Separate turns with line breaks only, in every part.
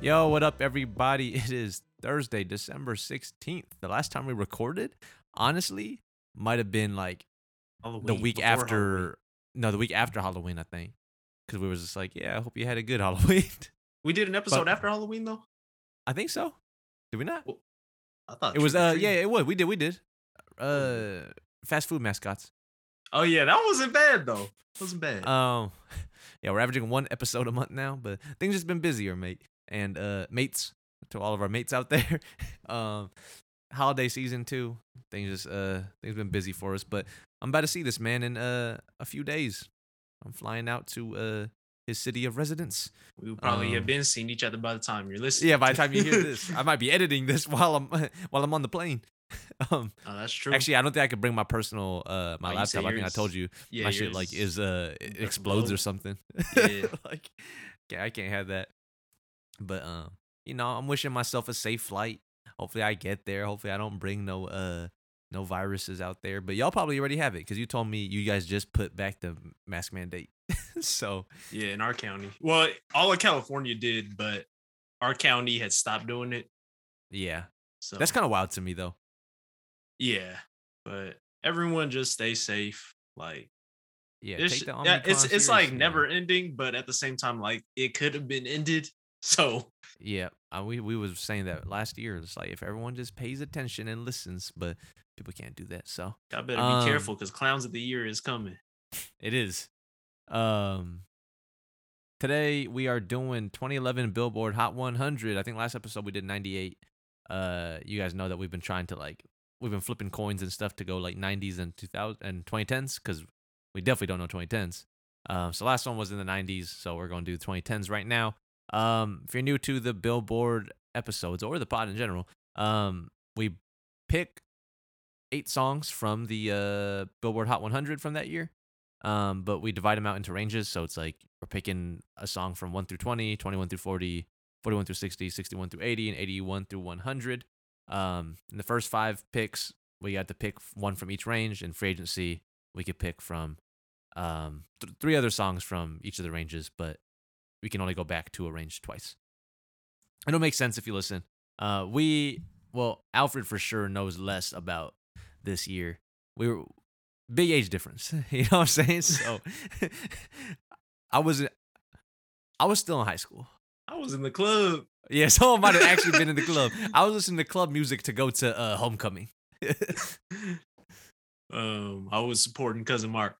Yo, what up, everybody? It is Thursday, December 16th. The last time we recorded, honestly, might have been like
Halloween,
the week
before
after.
Halloween.
No, the week after Halloween, I think. Because we were just like, yeah, I hope you had a good Halloween.
We did an episode
But-
after Halloween though.
I think so. Did we not?
I thought
It was, uh, yeah,
trick-or-treating.
it was. We did, we did. Uh, fast food mascots.
Oh yeah, that wasn't bad though. Wasn't bad.
Um, yeah, we're averaging one episode a month now, but things just been busier, mate. And uh, mates to all of our mates out there. um, holiday season too. Things just uh, things been busy for us. But I'm about to see this man in uh a few days. I'm flying out to uh his city of residence.
we would probably
um,
have been seeing each other by the time you're listening.
Yeah, by the time you hear this, I might be editing this while I'm while I'm on the plane. um,
oh, that's true.
actually, I don't think I could bring my personal uh
Oh,
my
you say
laptop. I think I
yours-
told you
yeah,
my shit
yours
like is uh it
Like
explodes
low.
or something.
Yeah.
like yeah, I can't have that. But um, you know, I'm wishing myself a safe flight. Hopefully I get there. Hopefully I don't bring no uh no viruses out there. But y'all probably already have it because you told me you guys just put back the mask mandate. so
yeah in our county. Well, all of California did, but our county had stopped doing it.
yeah.
So
That's kinda wild to me though.
yeah. But everyone just stay safe. Like
Yeah.
This
Take
sh-
the
yeah,
Omicron
it's it's
serious,
like
man.
never ending, but at the same time, like it could have been ended. So
Yeah, I, we we was saying that last year. It's like if everyone just pays attention and listens, but people can't do that. So
I better be
Um,
careful because clowns of the year is coming.
it is. Um, today we are doing 2011 Billboard Hot 100. I think last episode we did 98. Uh, you guys know that we've been trying to like we've been flipping coins and stuff to go like 90s and 2000 and 2010s because we definitely don't know 2010s. Um, so last one was in the 90s, so we're gonna do 2010s right now. Um, if you're new to the Billboard episodes or the pod in general, um, we pick eight songs from the uh, Billboard Hot 100 from that year. Um, but we divide them out into ranges. So it's like we're picking a song from 1 through 20, 21 through 40, 41 through 60, 61 through 80, and 81 through 100. Um, in the first five picks, we got to pick one from each range. And free agency, we could pick from um, th- three other songs from each of the ranges, but we can only go back to a range twice. It'll make sense if you listen. Uh, we, well, Alfred for sure knows less about this year. We were big age difference. You know what I'm saying? So I was I was still in high school.
I was in the club.
Yeah, someone might have actually been in the club. I was listening to club music to go to uh, homecoming.
Um, I was supporting cousin Mark.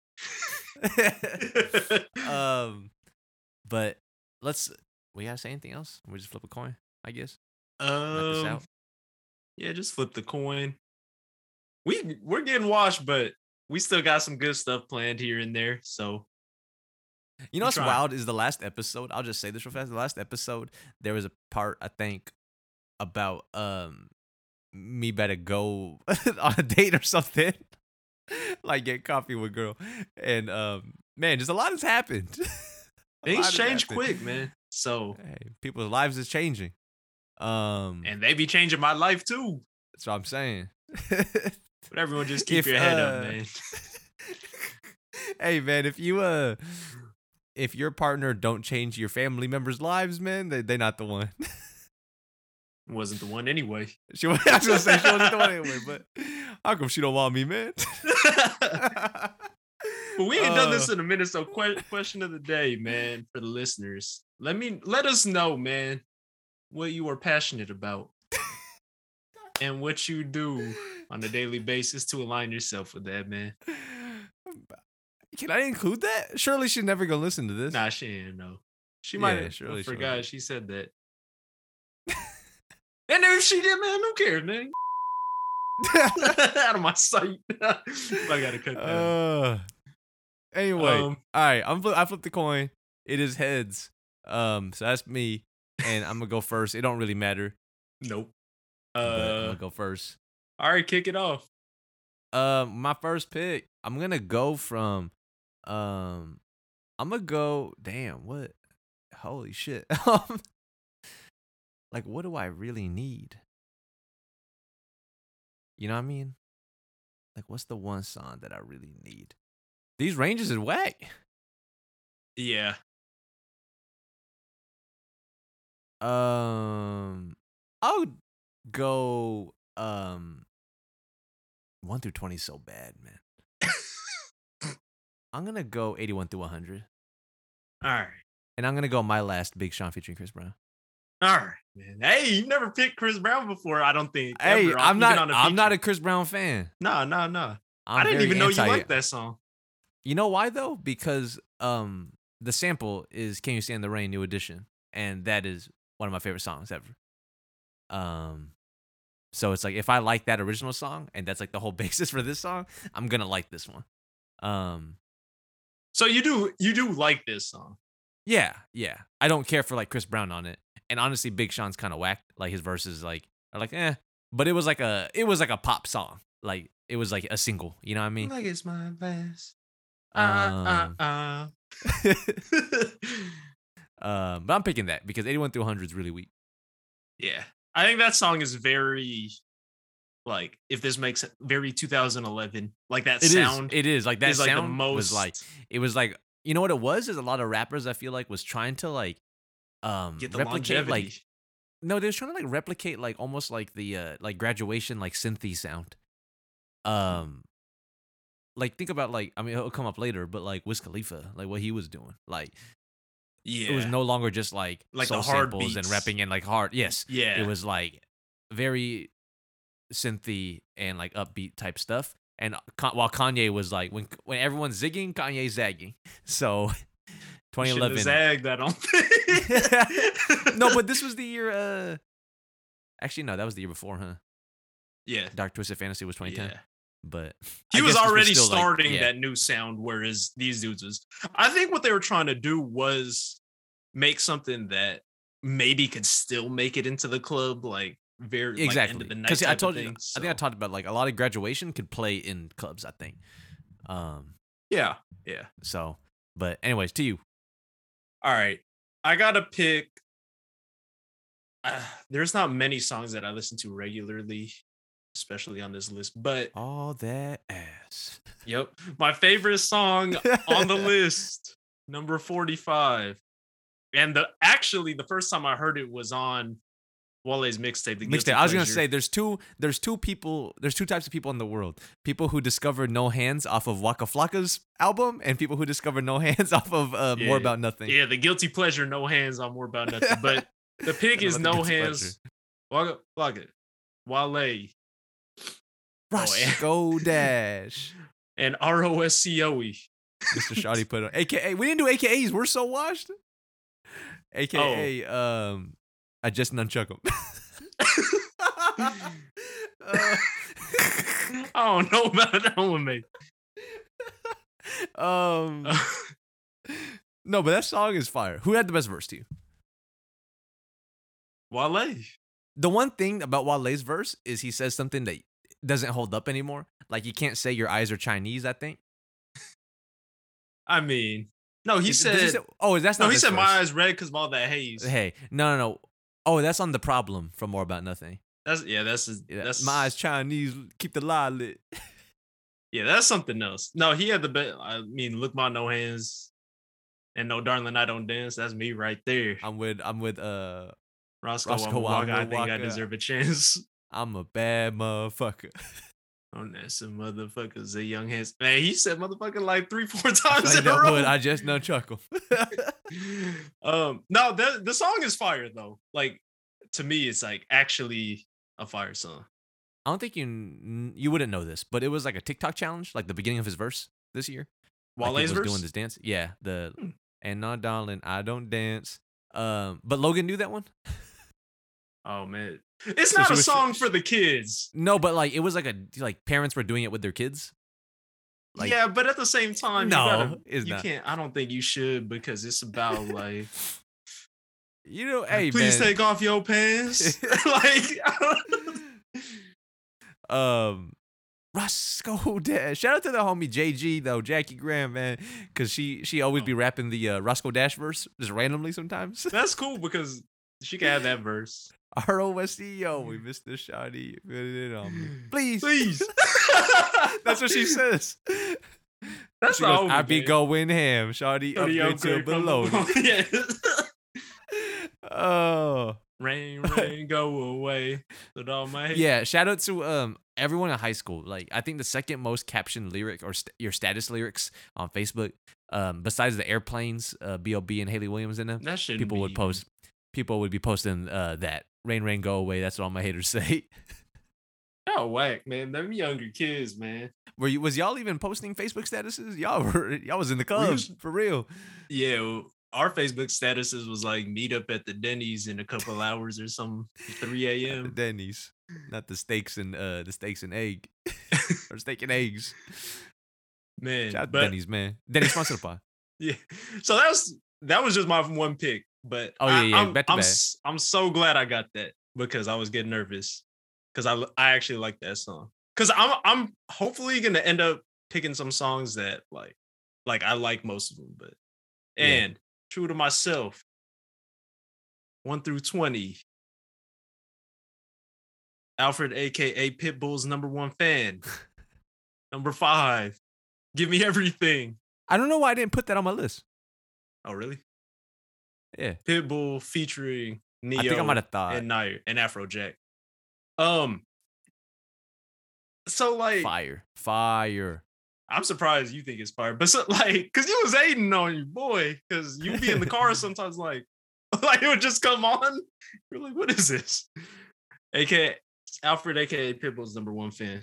Uh, um, but let's we gotta say anything else? We just flip a coin, I guess. knock this
um,
out.
yeah, just flip the coin. We we're getting washed, but we still got some good stuff planned here and there. So
You know
I'm
what's
trying.
wild is the last episode. I'll just say this real fast. The last episode, there was a part I think about um me better go on a date or something, like get coffee with girl, and um man, just a lot has happened. A lot
things
has
change
happened.
quick, man. So
Hey, people's lives is changing. Um,
and they be changing my life too.
that's what I'm saying.
But everyone just keep
If,
your head
uh,
up, man.
hey man, if you uh if your partner don't change your family members' lives, man, they they not the one.
Wasn't the one anyway.
She was, I was gonna say she wasn't the one anyway, but how come she don't want me, man?
but we ain't done
Uh,
this in a minute. So que- question of the day, man, for the listeners. Let me let us know, man, what you are passionate about and what you do on a daily basis to align yourself with that, man.
Can I include that? Surely she's never gonna listen to this.
Nah, she ain't know. She might
Yeah,
have
surely
I
she
forgot
wouldn't.
she said that. and if she did, man, who cares, man? out of my sight. I gotta cut that. out.
Uh, anyway,
Um,
all right, I'm fli- I flipped the coin. It is heads. Um, so that's me, and I'm gonna go first. It don't really matter.
nope.
but I'm
Uh,
gonna go first.
all right, kick it off.
Um, my first pick. I'm gonna go from, um, I'm gonna go. Damn, what? Holy shit. Um, like, what do I really need? You know what I mean? Like, what's the one song that I really need? These ranges is whack.
Yeah.
Um, I would go um one through twenty so bad, man. I'm gonna go eighty-one through one hundred,
All right.
and I'm gonna go my last Big Sean featuring Chris Brown.
All right, man. Hey, you never picked Chris Brown before, I don't think.
Hey,
ever,
I'm
even
not.
on a
I'm not a
feature.
Chris Brown fan.
No, no, no.
I'm
I didn't
very
even know
anti-
you liked that song.
You know why though? Because um, the sample is "Can You Stand the Rain" new edition, and that is one of my favorite songs ever. Um, so it's like if I like that original song, and that's like the whole basis for this song, I'm gonna like this one. Um,
So you do, you do like this song.
yeah, yeah. I don't care for like Chris Brown on it, and honestly, Big Sean's kind of whack. Like his verses, like are like eh, but it was like a it was like a pop song. Like it was like a single. You know what I mean?
Like it's my best.
Um,
uh, uh, uh.
um, but I'm picking that because 81 through 100 is really weak.
yeah, I think that song is very, like, if this makes very 2011, like that
It is.
sound
It is like that
is like
sound
the most
was like it was like you know what it was is a lot of rappers I feel like was trying to like um
get the
replicate
longevity.
like no they was trying to like replicate like almost like the uh like graduation like synthy sound.
Mm-hmm.
Um, like think about like I mean it'll come up later, but like Wiz Khalifa like what he was doing like
yeah,
it was no longer just like
Like the
soul
hard
samples and
beats.
rapping and like hard yes
yeah,
it was like very synthy and like upbeat type stuff and Ka- while kanye was like when when everyone's zigging kanye's zagging so
You shouldn't have
2011
Zagged, I don't think.
no but this was the year uh actually no that was the year before huh
yeah,
dark twisted fantasy was 2010
yeah.
but I
he was
guess this
already
still, like,
starting
yeah.
that new sound whereas these dudes was i think what they were trying to do was make something that maybe could still make it into the club like very
exactly
like, end of the night
because i
type of
told you
thing,
i think i
so-
talked about like a lot of graduation could play in clubs i think um
yeah yeah
so but anyways to you
all right i gotta pick uh, there's not many songs that i listen to regularly especially on this list but
all that ass
yep my favorite song on the list, number 45. And the actually the first time I heard it was on Wale's mixtape. The Guilty
Mixtape. I was gonna
Pleasure.
say there's two there's two people there's two types of people in the world. People who discover No Hands off of Waka Flocka's album, and people who discover No Hands off of uh,
Yeah.
More About Nothing.
Yeah, the guilty pleasure, no hands on more about nothing. But the pick
I
is
love the
no
Guilty
hands. Waka Flocka, Wale Oh, yeah.
Roscoe Dash.
and R O S C O E.
Mr. Shawty put on AKA. We didn't do AKAs. We're so washed. AKA
Oh.
um I just nunchuck them.
I don't know about that one, mate.
um No, but that song is fire. Who had the best verse to you?
Wale.
the one thing about Wale's verse is he says something that doesn't hold up anymore. Like you can't say your eyes are Chinese. I think
I mean, no, he
Does
said,
say- "Oh, that's not."
no, he
his
said
verse.
my eyes red because of all that haze.
Hey, no, no, no. Oh, that's on the problem from More About Nothing.
That's yeah, that's his-
Yeah,
that's
my eyes Chinese. Keep the lie lit.
Yeah, that's something else. No, he had the best. I mean, look my no hands, and no darling, I don't dance. That's me right there.
I'm with. I'm with. Uh,
Roscoe,
Roscoe
Walker, I think I
Waka.
deserve a chance.
I'm a bad motherfucker.
On that, some motherfuckers, they young hands. Man, he said motherfucker like three, four times
Like
in a
that
row.
wood, I just no chuckle.
um, no, the the song is fire though. Like to me, it's like actually a fire song.
I don't think you kn- you wouldn't know this, but it was like a TikTok challenge, like the beginning of his verse this year.
Wale's
like he was
verse.
doing this dance. Yeah, the
Hmm.
and no, darling, I don't dance. Um, but Logan knew that one.
Oh man, it's
So
not
she
a
was-
song for the kids.
No, but like it was like a like parents were doing it with their kids. Like,
yeah, but at the same time,
No,
you, gotta-
it's
you
not.
can't. I don't think you should because it's about like,
you know, hey,
please
man,
take off your pants. like, I don't-
um, Roscoe Dash. Shout out to the homie JG though, Jackie Graham, man, because she she
Oh.
always be rapping the uh, Roscoe Dash verse just randomly sometimes.
that's cool because she can have that verse.
R O S E O, we missed the shoddy. Put it on me. Please,
Mm. Please.
Um, That's what she says.
That's
she
not
goes,
over,
I be
man.
going ham, shawty, up
Thirty
until
upgrade from
below.
below. yeah.
Oh.
Rain, rain, go away. Put all my hate-
Yeah, shout out to um everyone in high school. Like I think the second most captioned lyric or st- your status lyrics on Facebook um besides the airplanes, uh BLB and Haley Williams in them,
that should
people would post people would be posting uh that rain rain go away. That's what all my haters say.
Oh whack, man. Them younger kids, man.
Were you was y'all even posting Facebook statuses? Y'all were y'all was in the club
used-
for real.
Yeah, well, our Facebook statuses was like meet up at the Denny's in a couple hours or something, 3
At the
a.m.
Denny's, not the steaks and uh the steaks and egg or steak and eggs.
Man,
Shout out to
but
Denny's, man. Denny's sponsor the pod.
yeah. So that was that was just my one pick. But
Oh, yeah,
I,
yeah,
I'm
back to
I'm,
back.
s- I'm so glad I got that because I was getting nervous because I l- I actually like that song because I'm I'm hopefully gonna end up picking some songs that like like I like most of them. But
Yeah.
and true to myself, one through twenty. Alfred, aka Pitbull's number one fan. number five, give me everything.
I don't know why I didn't put that on my list.
Oh, really?
Yeah.
Pitbull featuring Neo
I think I might have thought
and Nair and Afrojack. Um, so like
fire, fire.
I'm surprised you think it's fire, but so, like, cause you was hating on your boy, cause you be in the car sometimes, like, like it would just come on. You're like, what is this? AKA Alfred, aka Pitbull's number one fan.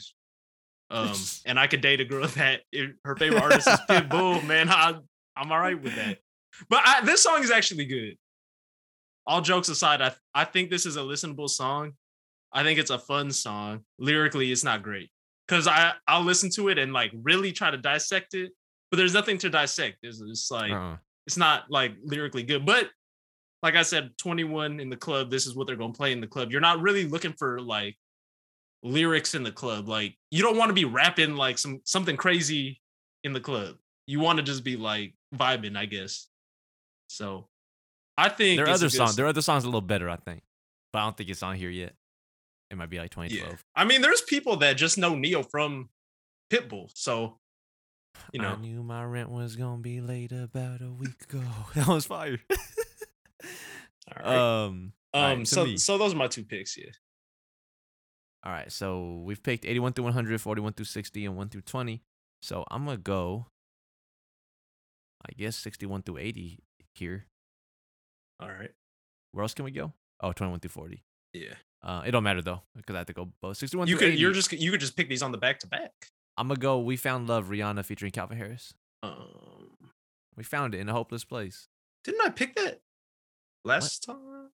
Um, and I could date a girl that if her favorite artist is Pitbull. Man, I I'm all right with that. But I, this song is actually good. All jokes aside, I I think this is a listenable song. I think it's a fun song. Lyrically, it's not great because I I'll listen to it and like really try to dissect it, but there's nothing to dissect. It's just like
Uh-uh.
it's not like lyrically good, but like I said, 21 in the club, this is what they're gonna play in the club. You're not really looking for like lyrics in the club. Like you don't want to be rapping like some something crazy in the club. You want to just be like vibing, I guess. So I think
Their
it's
other
a good
song,
song.
their other song's a little better, I think, but I don't think it's on here yet. It might be like
Yeah.
2012.
I mean, there's people that just know Neo from Pitbull. So you know
I knew my rent was gonna be late about a week ago. that was fire.
all right.
um, Alright,
Um,
to
so
me.
so those are my two picks. Yeah,
all right, so we've picked 81 through 100, 41 through 60, and 1 through 20. So I'm gonna go, I guess 61 through 80 here.
all right,
Where else can we go? Oh, 21 through 40.
yeah.
Uh, it don't matter though, because I have to go both 61
You
through
could
80.
you're just you could just pick these on the back to back.
I'm gonna go. We found love, Rihanna featuring Calvin Harris.
Um,
We found it in a hopeless place.
didn't I pick that last time?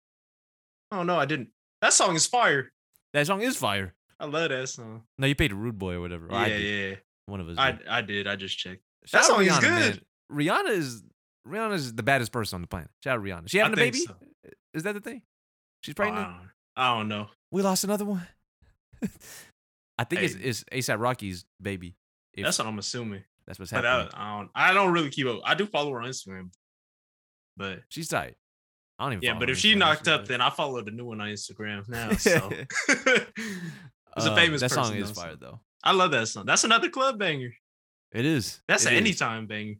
Oh no, I didn't. That song is fire.
That song is fire.
I love that song.
No, you paid Rude Boy or whatever. or I
yeah,
did.
yeah.
One of us.
I
did.
I did. I just checked. Oh,
Shout
that
out
song is
Rihanna,
good.
Man. Rihanna is Rihanna is the baddest person on the planet. Shout out Rihanna. She
I
having a
think
baby?
so.
Is that the thing? She's
Oh, I,
pregnant.
don't, I don't know.
we lost another one. I think
Hey.
it's it's ASAP Rocky's baby. If
That's what I'm assuming.
that's what's
But uh,
happening.
I, I don't. I don't really keep up. I do follow her on Instagram, but
She's tight. I don't even.
yeah.
follow
But
her
if
on
she
Instagram,
knocked up,
that's
then I followed a new one on Instagram now. So was a
Um,
famous
That song
person,
is
though, so-
fire though.
I love that song. That's another club banger.
It is.
That's
It
an
is.
anytime banger.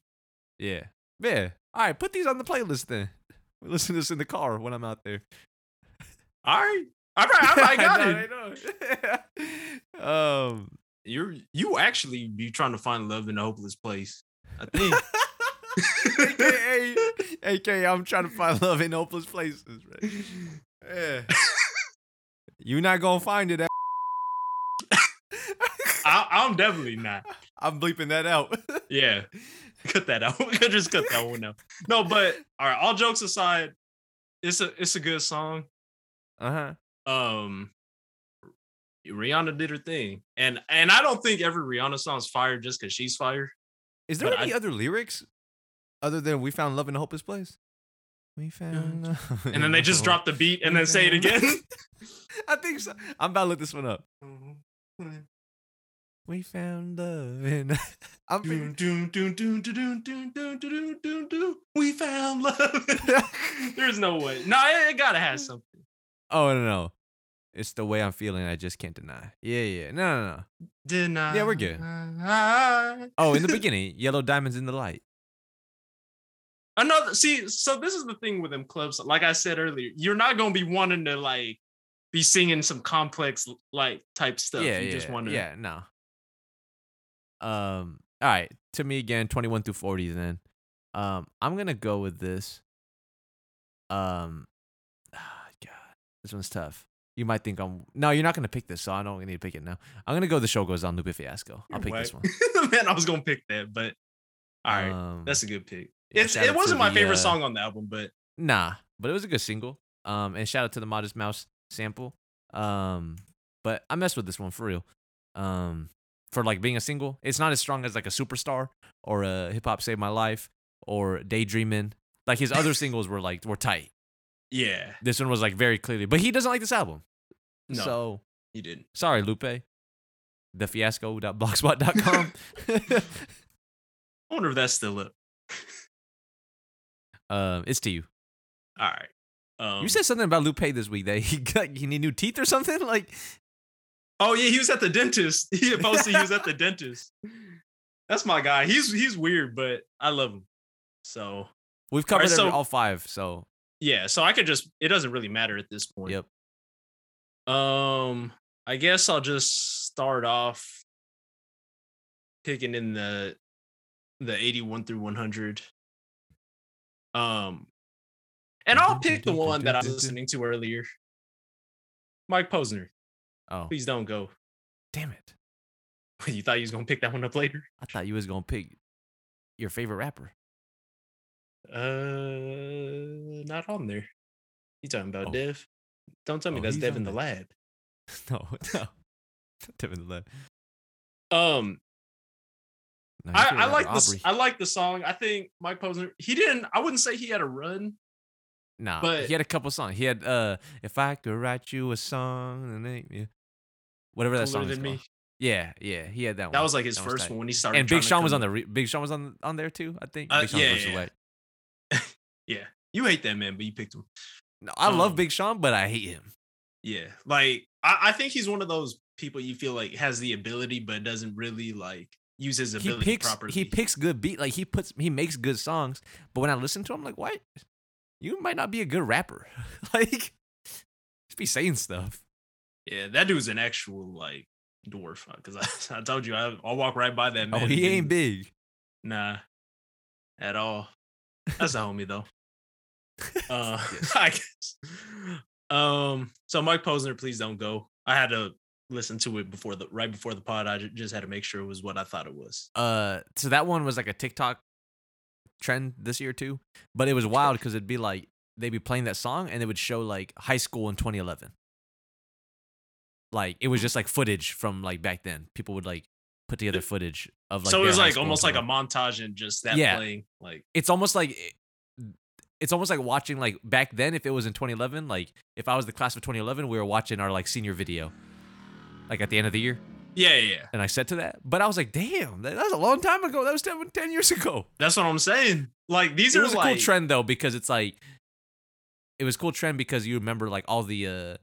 Yeah. Yeah. All right, put these on the playlist then. We listen to this in the car when I'm out there.
All right. All right. I got
No,
it.
I know. um
You're you actually be trying to find love in a hopeless place. I think.
AKA, AKA I'm trying to find love in hopeless places, right? Yeah. You're not gonna find it. a-
I, I'm definitely not.
I'm bleeping that out.
Yeah. Cut that out. Just cut that one out. No, but all right, all jokes aside, it's a it's a good song.
uh-huh.
Um Rihanna did her thing. And and I don't think every Rihanna song is fire just because she's fire.
Is there
But
any other lyrics other than we found love in a hopeless place? We found love
Mm. And then
in
they
a
just
hopeless
drop the beat and then say it again.
I think so. I'm about to look this one up. We found love in. I'm pretty-
Doom, doom, doom, doom, doom, doom, doom, doom, doom, doom, doom. We found love. There's no way. No, it, it gotta have something.
oh no no, it's the way I'm feeling. I just can't deny. Yeah yeah no no no.
Deny.
Yeah, we're good.
I-
Oh, in the beginning, yellow diamonds in the light.
another see so this is the thing with them clubs like i said earlier you're not going to be wanting to like be singing some complex like type stuff
yeah,
you
yeah,
just want to
yeah, no. Um, all right, to me again, twenty-one through forty. Then, um, I'm gonna go with this. Um, ah, God, this one's tough. You might think I'm no, you're not gonna pick this, so I don't need to pick it now. I'm gonna go. The show goes on, Lupe Fiasco. I'll
You're
pick
whack.
this one.
man i was going to pick that but all right
Um,
that's a good pick
yeah,
it's,
shout out
it
to
wasn't my
the,
favorite
uh,
song on the album but
Nah, but it was a good single. Um, and shout out to the Modest Mouse sample. Um, but I messed with this one for real. Um, for like being a single, it's not as strong as like a superstar or a hip hop saved my life or daydreaming. Like his other singles were like were tight.
yeah
This one was like very clearly, but he doesn't like this album.
no
So
you didn't
sorry, Lupe. The fiasco.blogspot.com.
i wonder if that's still up
um, it's to you.
all right um,
you said something about Lupe this week that he got he need new teeth or something. Like
oh yeah he was at the dentist he had posted he was at the dentist that's my guy he's he's weird but i love him so
we've
All right,
covered every-
so-
all five, so
yeah so i could just it doesn't really matter at this point
Yep.
um i guess i'll just start off picking in the the 81 through 100 um and i'll pick the one that i was listening to earlier mike posner
Oh,
please don't go
damn it.
you thought you was gonna pick that one up later
I thought you was going to pick your favorite rapper.
uh not on there you talking about
Oh.
dev don't tell me
Oh,
that's
he's
dev
on
in the
there.
lab
no, no. Devin Love.
um
No, your favorite
I, I
rapper,
like this.
Aubrey.
I like the song. I think Mike Posner. He didn't. I wouldn't say he had a run.
Nah,
but-
he had a couple songs. He had uh, If I Could Write You a Song, and then, yeah. whatever that song
Cooler
is
than me.
called. Yeah, yeah, he had that one.
That was like his
That
first
tight.
one when he started.
And Big
trying to
Sean was
come
on
up-
the re- Big Sean was on on there too. I think.
Uh,
Big Sean
yeah,
versus
yeah.
Whack.
Yeah, you hate that man, but you picked him.
No, I love
Um,
Big Sean, but I hate him.
Yeah, like I, I think he's one of those people you feel like has the ability but doesn't really like use his
He
ability
picks
properly.
he picks good beat like he puts he makes good songs, but when I listen to him, I'm like, what? You might not be a good rapper. like, just be saying stuff.
yeah, that dude's an actual like dwarf. Because I, I told you I, I'll walk right by that man.
Oh, he ain't big.
Nah, at all. That's a homie though. Uh,
Yes.
I guess. Um. So Mike Posner, please don't go. I had to listen to it before the right before the pod. I ju- just had to make sure it was what I thought it was.
Uh, so that one was like a TikTok trend this year too, but it was wild because it'd be like they'd be playing that song and they would show like high school in 2011. Like it was just like footage from like back then. People would like put together footage of like.
so it
their
was
high
like
school in
almost like a
2011.
montage and just that
Yeah.
playing. Like
It's almost like. eh, it's almost like watching like back then if it was in 2011 like if i was the class of 2011 we were watching our like senior video like at the end of the year
yeah, yeah, yeah.
and i said to that but i was like damn that, that was a long time ago that was 10, 10 years ago
That's what I'm saying. Like these
it
are
was a
like
cool trend though because it's like it was cool trend because you remember like all the uh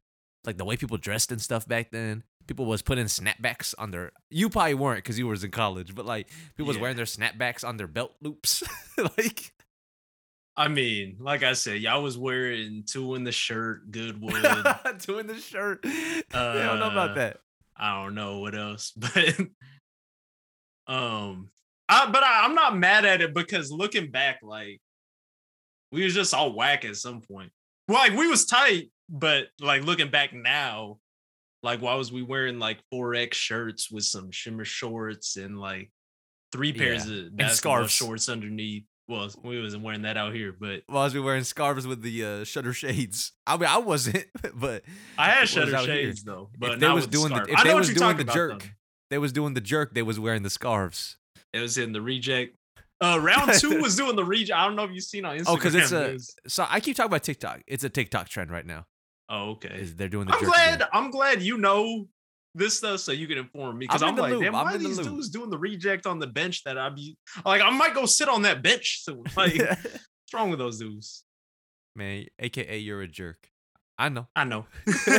like the way people dressed and stuff back then people was putting snapbacks on their you probably weren't because you was in college but like people was
Yeah.
wearing their snapbacks on their belt loops like
I mean, like I said, y'all was wearing two in the shirt, Goodwood.
doing the shirt i don't know about
Uh,
that
I don't know what else, but um, I but I, I'm not mad at it because looking back, like we was just all whack at some point. Well, like we was tight, but like looking back now, like why was we wearing like four X shirts with some shimmer shorts and like three pairs of basketball
scarves.
shorts underneath? Well, we wasn't wearing that out here, but
well, I was wearing scarves with the uh, shutter shades. I mean, I wasn't, but
I had
people was
shutter
out here.
shades though. But
if they
not
was
with the
doing the,
scarf.
if
I
they
know
was
what you're
doing the
talking about, though.
jerk, they was doing the jerk. They was wearing the scarves.
It was in the reject. Uh, round two was doing the reject. I don't know if you've seen on Instagram.
Oh, 'cause it's a-
it was-
So I keep talking about TikTok. It's a TikTok trend right now.
Oh, okay.
Is they're doing the
I'm
jerk
glad.
again.
I'm glad you know this stuff so you can inform me because
I'm in
I'm,
the
like,
loop.
damn,
I'm
why are
in the
these
loop.
dudes doing the reject on the bench that I be like? I might go sit on that bench. So like, what's wrong with those dudes?
man, aka you're a jerk. I know.
I know.
no,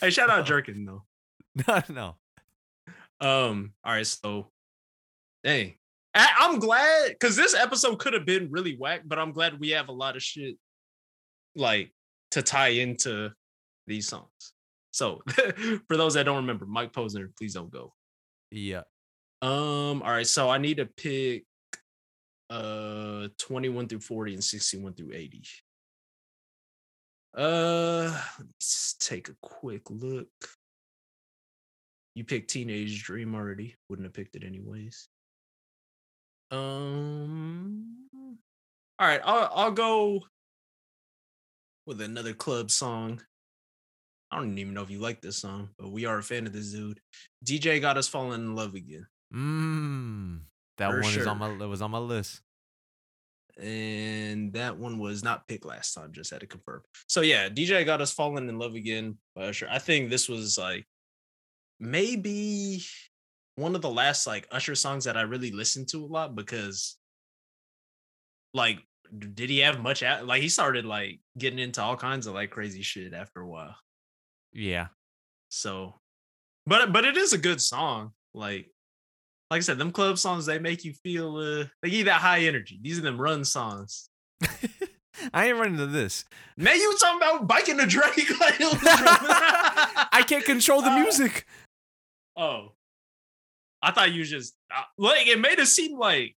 hey, shout out Jerkin though.
no.
Um. All right. So, dang. I, I'm glad because this episode could have been really whack, but I'm glad we have a lot of shit like to tie into these songs. So for those that don't remember, Mike Posner, please don't go.
Yeah.
Um, all right, so I need to pick uh 21 through 40 and 61 through 80. Uh let me just take a quick look. You picked Teenage Dream already. Wouldn't have picked it anyways. Um all right, I'll I'll go with another club song. I don't even know if you like this song, but we are a fan of this dude. DJ got us falling in love again.
Mm, that
For
one is
sure.
on my it was on my list.
and that one was not picked last time. Just had to confirm. So yeah, DJ got us falling in love again by Usher. I think this was like maybe one of the last like Usher songs that I really listened to a lot because like d- did he have much out like he started like getting into all kinds of like crazy shit after a while.
Yeah.
So but but it is a good song. Like like I said, them club songs they make you feel uh they give you that high energy. These are them run songs.
I ain't running to this.
Man, you talking about biking the Drake? Like,
I
I
can't control the
Uh,
music.
Oh, I thought you just uh, like it made it seem like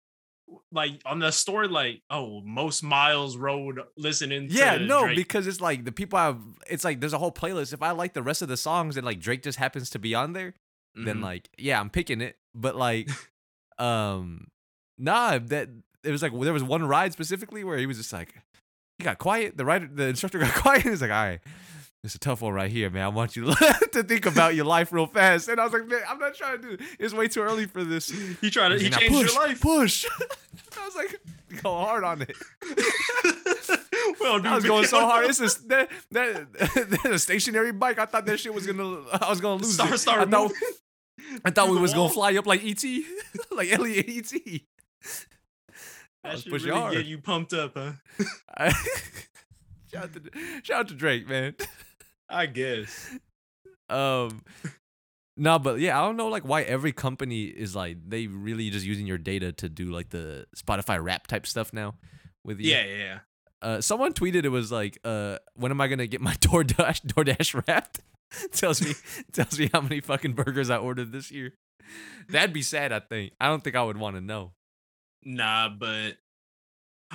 like on the story like oh most miles road listening.
Yeah,
to
no,
Drake.
because it's like the people have it's like there's a whole playlist. If I like the rest of the songs and like Drake just happens to be on there, then
Mhm.
like yeah, I'm picking it. But like um nah, that it was like there was one ride specifically where he was just like he got quiet. The rider the instructor got quiet. He's like, "All right, it's a tough one right here, man. I want you to think about your life real fast." And I was like, "Man, I'm not trying to do it. It's way too early for this."
he tried to
He's
he
like,
changed
"Now
your life.
Push. I was like, "Go hard on it."
well,
I was going so hard. It's a that, that, that's a stationary bike. I thought that shit was gonna. I was gonna lose
Star,
it.
star
I thought,
moving.
I thought
through
we
the
was
wall.
gonna fly up like ET, like Elliot E ET. I
That
was
should
pushing
really
hard.
get you pumped up, huh?
I- shout, out to, shout out to Drake, man.
I guess.
Um, no, but yeah, I don't know like why every company is like they really just using your data to do like the Spotify rap type stuff now. With E you.
Yeah, yeah. yeah.
Uh, someone tweeted it was like, uh, when am I gonna get my DoorDash DoorDash wrapped? tells me tells me how many fucking burgers I ordered this year. That'd be sad, I think. I don't think I would want to know.
Nah, but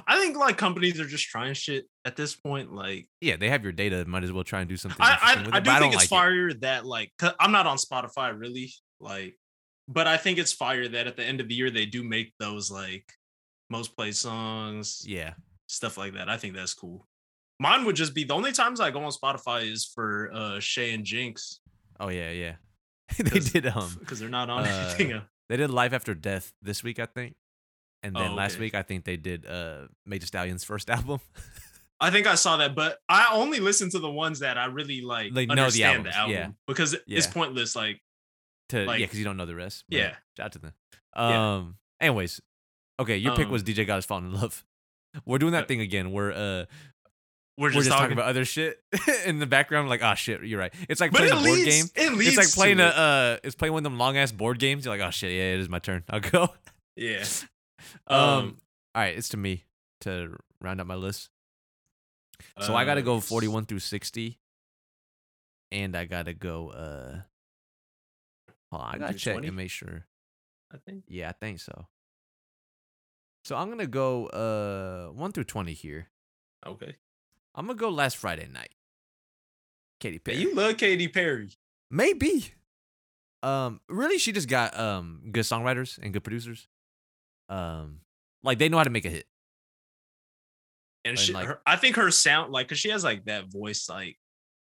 I think like companies are just trying shit at this point. Like,
Yeah, they have your data. Might as well try and do something.
I
interesting with
I, I
it,
do
but
think
don't
it's
like it.
fire that like 'cause I'm not on Spotify really like, but I think it's fire that at the end of the year they do make those like most played songs
Yeah,
stuff like that. I think that's cool. Mine would just be the only times I go on Spotify is for uh Shay and Jinx
Oh yeah, yeah. they
'Cause-
did um
because they're not on
uh,
anything. Else.
they did Life After Death this week, I think. And then
Oh,
last
okay.
week I think they did uh Major Stallion's first album.
I think I saw that, but I only listen to the ones that I really like.
Like, know the
understand the
albums,
album
yeah.
because it's
Yeah.
pointless. Like,
To yeah,
Like-
because you don't know the rest. but
yeah,
Shout out to them.
Yeah.
Um. Anyways, okay, your pick was DJ God has fallen in love. We're doing that
Uh,
thing again. We're uh
we're
we're
just,
just talking,
talking
about other shit in the background. Like, oh shit, you're right. It's like
But
playing
it
a board
leads,
game.
it leads.
It's like
to
playing a
it.
uh, it's playing one of them long ass board games. You're like, oh shit, yeah, it is my turn. I'll go.
yeah.
Um, all right, it's to me to round up my list. So I gotta
uh,
go 41 through 60, and I gotta go. uh Hold on, I
Wanna
gotta
do
check
20?
and make sure.
I think.
Yeah, I think so. So I'm gonna go uh one through twenty here.
Okay.
I'm gonna go last Friday night. Katy
Yeah,
Perry.
you love Katy Perry.
Maybe. Um, really, she just got um good songwriters and good producers. Um, like they know how to make a hit.
And,
And,
she,
like-
her, I think her sound, like, cause she has like that voice, like,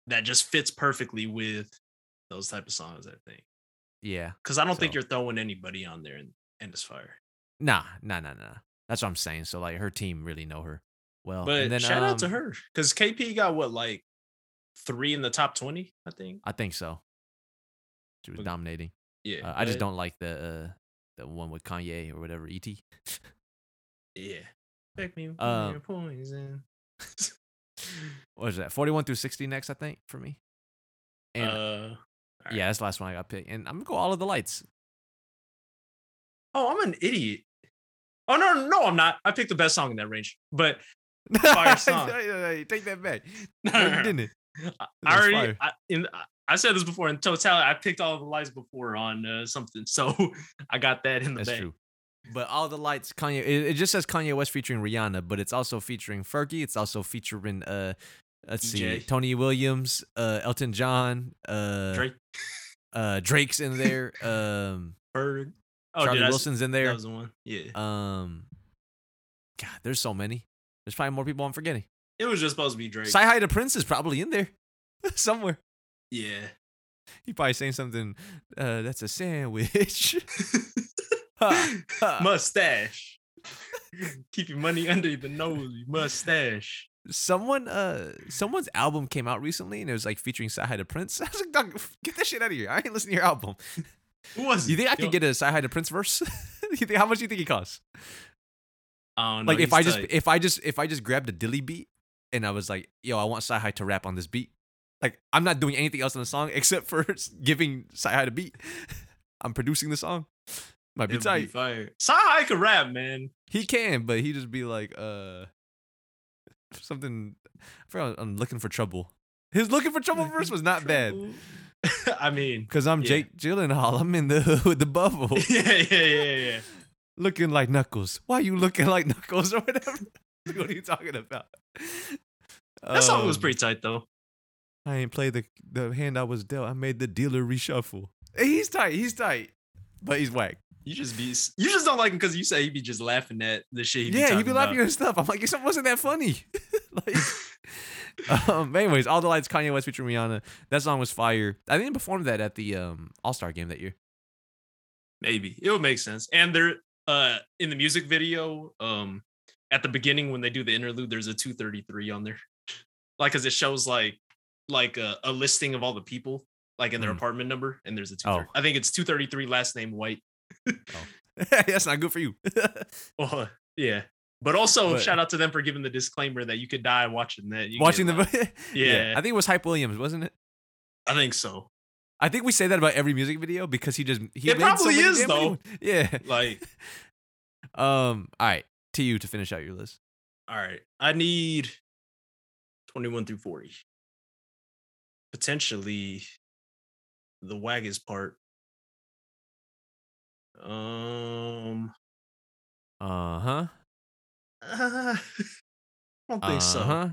that just fits perfectly with those type of songs. I think,
Yeah.
cause I don't think
So-
you're throwing anybody on there and and it's fire.
Nah, nah, nah, nah. That's what I'm saying. So like her team really know her well.
But
Oh, and then,
shout out to
um,
her, cause KP got what like three in the top twenty, I think.
I think so. She was
Okay.
dominating.
Yeah,
Uh, I just
but-
don't like the uh, the one with Kanye or whatever. E Et.
Yeah. Pick me with
Um,
your poison.
What is that? 41 through 60 next, I think, for me. And
uh, all
yeah, that's the last one I got picked. And I'm gonna go all of the lights.
oh, I'm an idiot. Oh no, no, I'm not. I picked the best song in that range, but Fire song.
Take that back. No,
No, no,
you
no, no.
didn't.
I
That's
already.
fire.
I, in, I said this before in totality. I picked all the lights before on uh, something, so I got that in the
That's
bag.
true. But all the lights, Kanye. It, it just says Kanye West featuring Rihanna, but it's also featuring Fergie. It's also featuring uh, let's see,
EJ.
Tony Williams, uh, Elton John, uh,
Drake
uh, Drake's in there. Um,
Berg. Oh,
Charlie
dude, that's,
Wilson's in
that
there.
was the one. Yeah,
Um, God, there's so many. There's probably more people I'm forgetting.
it was just supposed to be Drake.
Say hi to Prince is probably in there somewhere.
yeah,
He probably saying something. Uh, that's a sandwich. Ha, ha.
mustache. Keep your money under the nose, you mustache.
someone uh someone's album came out recently and it was like featuring Sci High to Prince. I was like, Dog, get that shit out of here. I ain't listening to your album.
Who was
You
it?
think I could
Yo-
get a Sci High to Prince verse? you think, how much do you think it costs?
I don't know,
like if
he's
I just
tight.
if I just if I just grabbed a dilly beat and I was like, yo, I want Sci High to rap on this beat. Like I'm not doing anything else on the song except for giving Sci High the beat. I'm producing the song. Might be
It'd be
tight.
fire. Sahai could rap, man.
He can, but he just be like, uh, something. I forgot. I'm looking for trouble. His looking for trouble verse was not bad.
bad. I mean,
Cause I'm
Yeah.
Jake Gyllenhaal. I'm in the hood with the bubble,
yeah, yeah, yeah, yeah.
looking like Knuckles. Why you looking like Knuckles or whatever? what are you talking about?
That song was
Um,
pretty tight though.
I ain't played the the hand I was dealt. I made the dealer reshuffle. He's tight. He's tight, but he's whack.
You just be, you just don't like him because you say he'd be just laughing at the shit. He'd
yeah,
be
he'd be laughing at his stuff. I'm like, it wasn't that funny. like, um, anyways, all the lights, Kanye West featuring Rihanna. That song was fire. I think they performed that at the um, All Star game that year.
Maybe it would make sense. And they're uh in the music video, um, at the beginning when they do the interlude, there's a 233 on there, like because it shows like like a, a listing of all the people like in their
Mm.
apartment number, and there's a two.
Oh.
I think it's 233 last name White.
That's not good for you.
Oh yeah. But also,
But-
shout out to them for giving the disclaimer that you could die watching that. You
Watching the
get, like-
I think it was Hype Williams, wasn't it?
I think so.
I think we say that about every music video because he just he
It
made so
probably
many
is,
damn
though.
videos. Yeah.
Like,
Um. All right. To you to finish out your list.
all right, I need 21 through 40. Potentially the Waggis part. Um,
Uh huh.
uh, I don't
Uh
think so.
huh.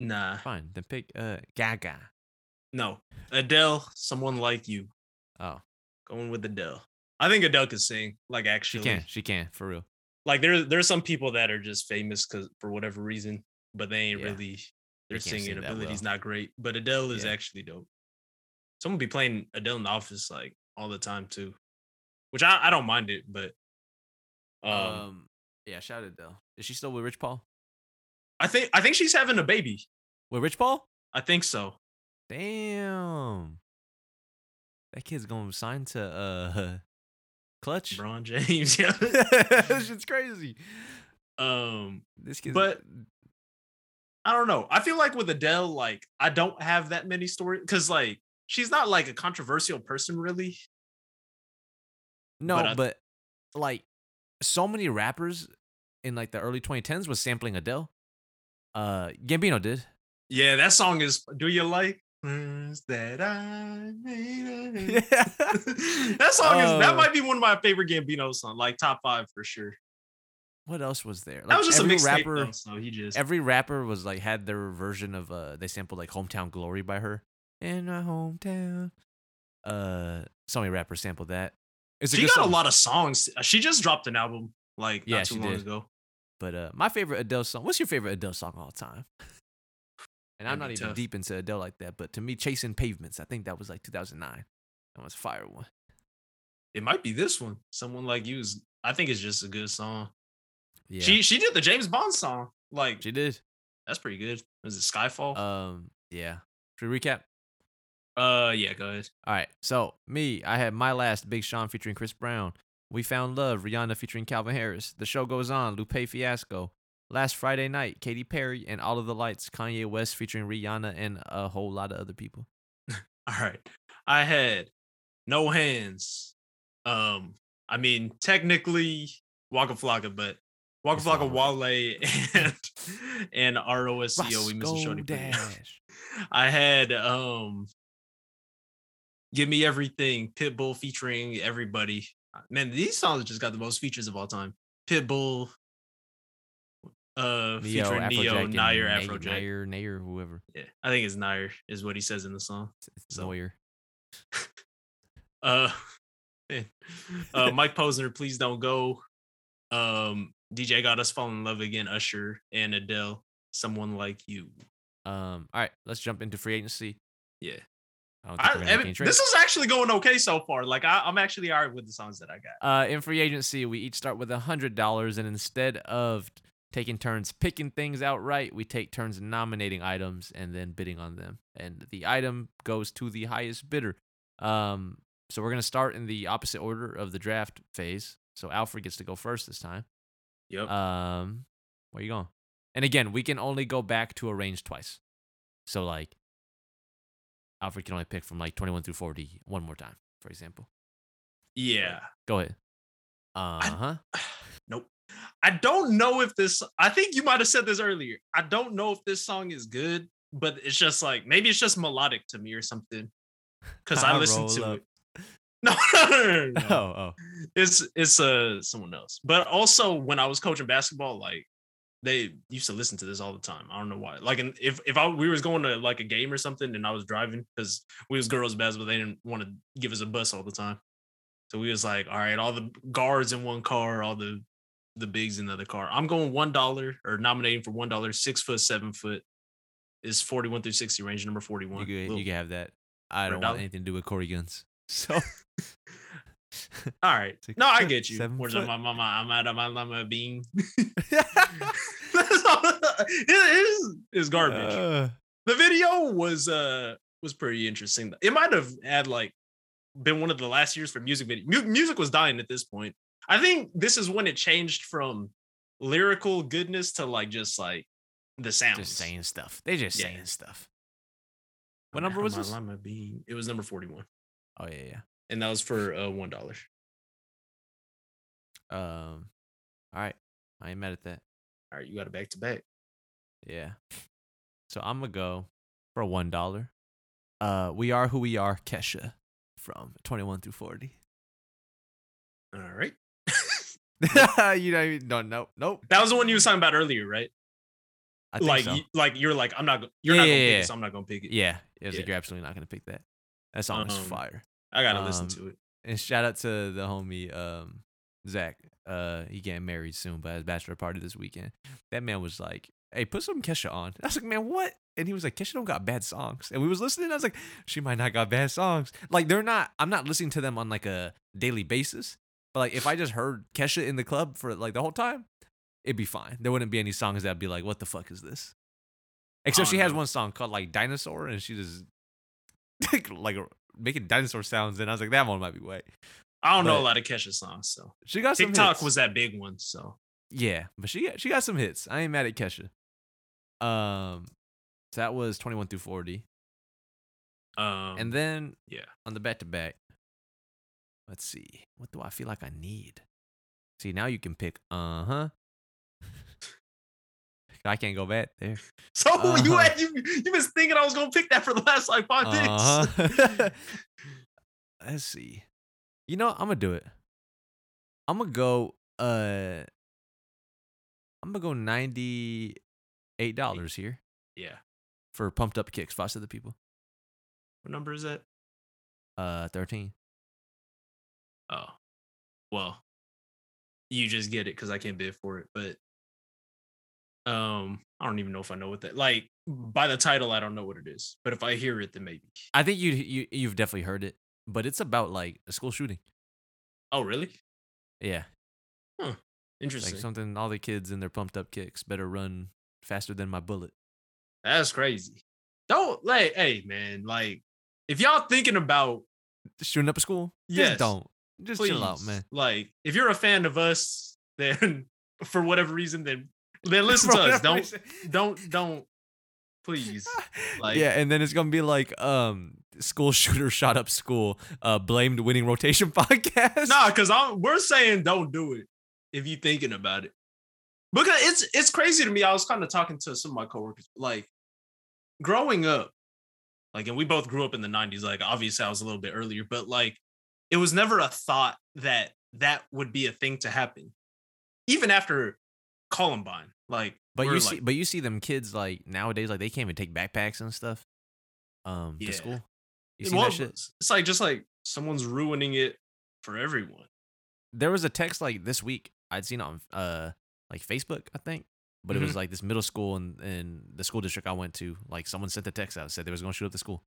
Nah,
Fine. Then pick uh Gaga.
no. Adele, someone like you.
Oh,
Going with Adele. I think Adele could sing. Like,
she
actually,
can. She can for real.
like there there's some people that are just famous because for whatever reason, but they ain't
Yeah.
really their
can't sing
singing
that
ability's
well.
not great. But Adele is
Yeah.
actually dope. So I'm gonna be playing Adele in the office like all the time too, which I, I don't mind it, but um,
Um, yeah, shout out though. Is she still with Rich Paul?
I think I think she's having a baby.
With Rich Paul?
I think so.
Damn. That kid's gonna sign to uh Clutch.
Bron James, yeah.
this shit's crazy.
um,
This kid's
But- I don't know. I feel like with Adele, like I don't have that many stories because like she's not like a controversial person really.
no,
but I-
but like so many rappers in like the early 2010s was sampling Adele. Uh, Gambino did.
Yeah, that song is Do You Like Things That I Made Up?" that song is
Oh.
that might be one of my favorite Gambino songs, like top five for sure.
What else was there?
that was just a
every
mixtape,
rapper.
rapper. So he just
every rapper was like had their version of uh they sampled like hometown glory by her in my hometown uh so many rappers sampled that it's
she
good
got a
song,
lot of songs. uh, She just dropped an album like
Yeah,
not too
she
long
did.
ago.
but uh my favorite adele song what's your favorite adele song of all time and i'm
That'd
not
be
even
tough.
deep into adele like that but to me chasing pavements i think that was like 2009 that was a fire one
It might be this one. Someone like you is I think it's just a good song.
yeah she,
She she did the James Bond song. Like
did
that's pretty good. Was it Skyfall?
um yeah should we recap
Uh, yeah, go ahead.
All right. So me, I had my last Big Sean featuring Chris Brown. We found love, Rihanna featuring Calvin Harris. The show goes on, Lupe Fiasco. Last Friday night, Katy Perry and All of the Lights, Kanye West featuring Rihanna and a whole lot of other people.
All right. I had no hands. Um I mean, technically Waka Flocka, but Waka
It's not
Flocka Wale and and ROSCO. E We missed a
Roscoe
shorty.
Dash.
I had um Give Me Everything, Pitbull featuring everybody. Man, these songs just got the most features of all time. Pitbull,
Neo,
uh featuring
Afrojack,
Neo, Nair,
and Na-
Afrojack.
Nair, Nair, whoever.
Yeah, I think it's Nair is what he says in the song.
It's
So-
Nair.
Uh, man. uh Mike Posner, please don't go. Um DJ got us fall in love again, Usher and Adele, someone like you.
Um, all right, let's jump into free agency.
Yeah.
I don't think
I,
we're gonna
I
make
mean,
any
this
trades.
is actually going okay so far. Like I, I'm actually alright with the songs that I got.
Uh, in free agency, we each start with a hundred dollars, and instead of t- taking turns picking things outright, we take turns nominating items and then bidding on them. And the item goes to the highest bidder. Um, so we're gonna start in the opposite order of the draft phase. So Alfred gets to go first this time.
Yep.
Um, where you going? And again, we can only go back to a range twice. So like, Alfred can only pick from like 21 through 40 one more time, for example.
yeah.
Go ahead. Uh huh.
nope. I don't know if this. I think you might have said this earlier. I don't know if this song is good, but it's just like maybe it's just melodic to me or something. Because I listened to
Roll up.
it. No, no, no, no,
Oh,
no.
oh.
it's it's uh someone else. But also when I was coaching basketball, like they used to listen to this all the time. I don't know why. Like, and if if I we was going to like a game or something, and I was driving because we was girls basketball, they didn't want to give us a bus all the time. So we was like, all right, all the guards in one car, all the the bigs in the other car. I'm going one dollar or nominating for one dollar, six foot, seven foot is 41 through 60 range, number 41.
You can,
Lil-
you can have that. I
for a
don't
dollar?
want anything to do with Corey Guns. So
All right.
Six
no, I
foot,
get you.
seven
Where's
foot.
my mama? I'm out of my llama bean. it is it's garbage.
Uh,
the video was uh was pretty interesting. It might have had like been one of the last years for music video. Mu- music was dying at this point. I think this is when it changed from lyrical goodness to like just like the sounds.
just saying stuff. They just
Yeah.
saying stuff. What number was
My
this?
llama bean. It was number forty-one,
Oh yeah,
and that was for uh, one dollar.
yeah. Um, all right. I ain't mad at that.
All right, you got it back to back.
Yeah. So I'm gonna go for one dollar. Uh, we are who we are, Kesha, from 21 through 40.
All right,
you know, you don't know. Nope.
that was the one you was talking about earlier, right?
I think
Like,
so.
you, like you're like I'm not. go- You're
Yeah,
not gonna
yeah,
pick
yeah.
it, so I'm not gonna pick it.
yeah, it was
Yeah.
like you're absolutely not gonna pick that. That song is
Um,
fire.
I gotta listen
Um,
to it.
And shout out to the homie um Zach. Uh, he getting married soon, but his bachelor party this weekend. That man was like, "Hey, put some Kesha on." I was like, "Man, what?" And he was like, "Kesha don't got bad songs." And we was listening. I was like, "She might not got bad songs. Like they're not. I'm not listening to them on like a daily basis. But like if I just heard Kesha in the club for like the whole time, it'd be fine. There wouldn't be any songs that'd be like, "What the fuck is this?" Except
Oh,
she has
no.
one song called like "Dinosaur," and she just like making dinosaur sounds. And I was like, "That one might be way."
I don't know
but-
a lot of Kesha songs, so
She got some
TikTok
hits.
was that big one. So
yeah, but she got, she got some hits. I ain't mad at Kesha. Um, so that was twenty one through forty,
um,
and then
yeah.
on the back to back, let's see, what do I feel like I need? See, now you can pick. Uh huh. I can't go back there.
So you
Uh-huh.
had you you was thinking I was gonna pick that for the last like 5 days.
Uh-huh. Let's see. You know, I'm gonna do it. I'm gonna go. Uh, I'm gonna go ninety eight dollars here.
yeah.
for pumped up kicks, Foster the People.
What number is that?
Uh, thirteen.
Oh, well, you just get it because I can't bid for it. But um, I don't even know if I know what that like by the title. I don't know what it is, but if I hear it, then maybe.
I think you you you've definitely heard it, but it's about like a school shooting.
Oh, really?
Yeah, like
Interesting.
something. All the kids in their pumped up kicks better run faster than my bullet.
That's crazy. Don't like, hey man, like if y'all thinking about
Shooting up a school?
Yes.
Just don't. Just chill out,
please,
man.
Like, if you're a fan of us, then for whatever reason, then then listen
For
to us.
whatever
Don't
reason.
don't don't please. Like,
yeah, and then it's gonna be like, um, school shooter shot up school, uh, blamed winning rotation podcast.
Nah, because I'm we're saying don't do it if you're thinking about it. Because it's it's crazy to me. I was kind of talking to some of my coworkers, like growing up, like, and we both grew up in the 90s. Like, obviously, I was a little bit earlier, but like, it was never a thought that that would be a thing to happen, even after Columbine. Like,
but you
we're
see,
like-
but you see them kids like nowadays, like they can't even take backpacks and stuff, um,
Yeah.
to school. You
It
see
won't-
that shit?
It's like just like someone's ruining it for everyone.
There was a text like this week I'd seen on uh like Facebook, I think, but it was
Mm-hmm.
like this middle school in in the school district I went to. Like someone sent the text out said they was gonna shoot up the school.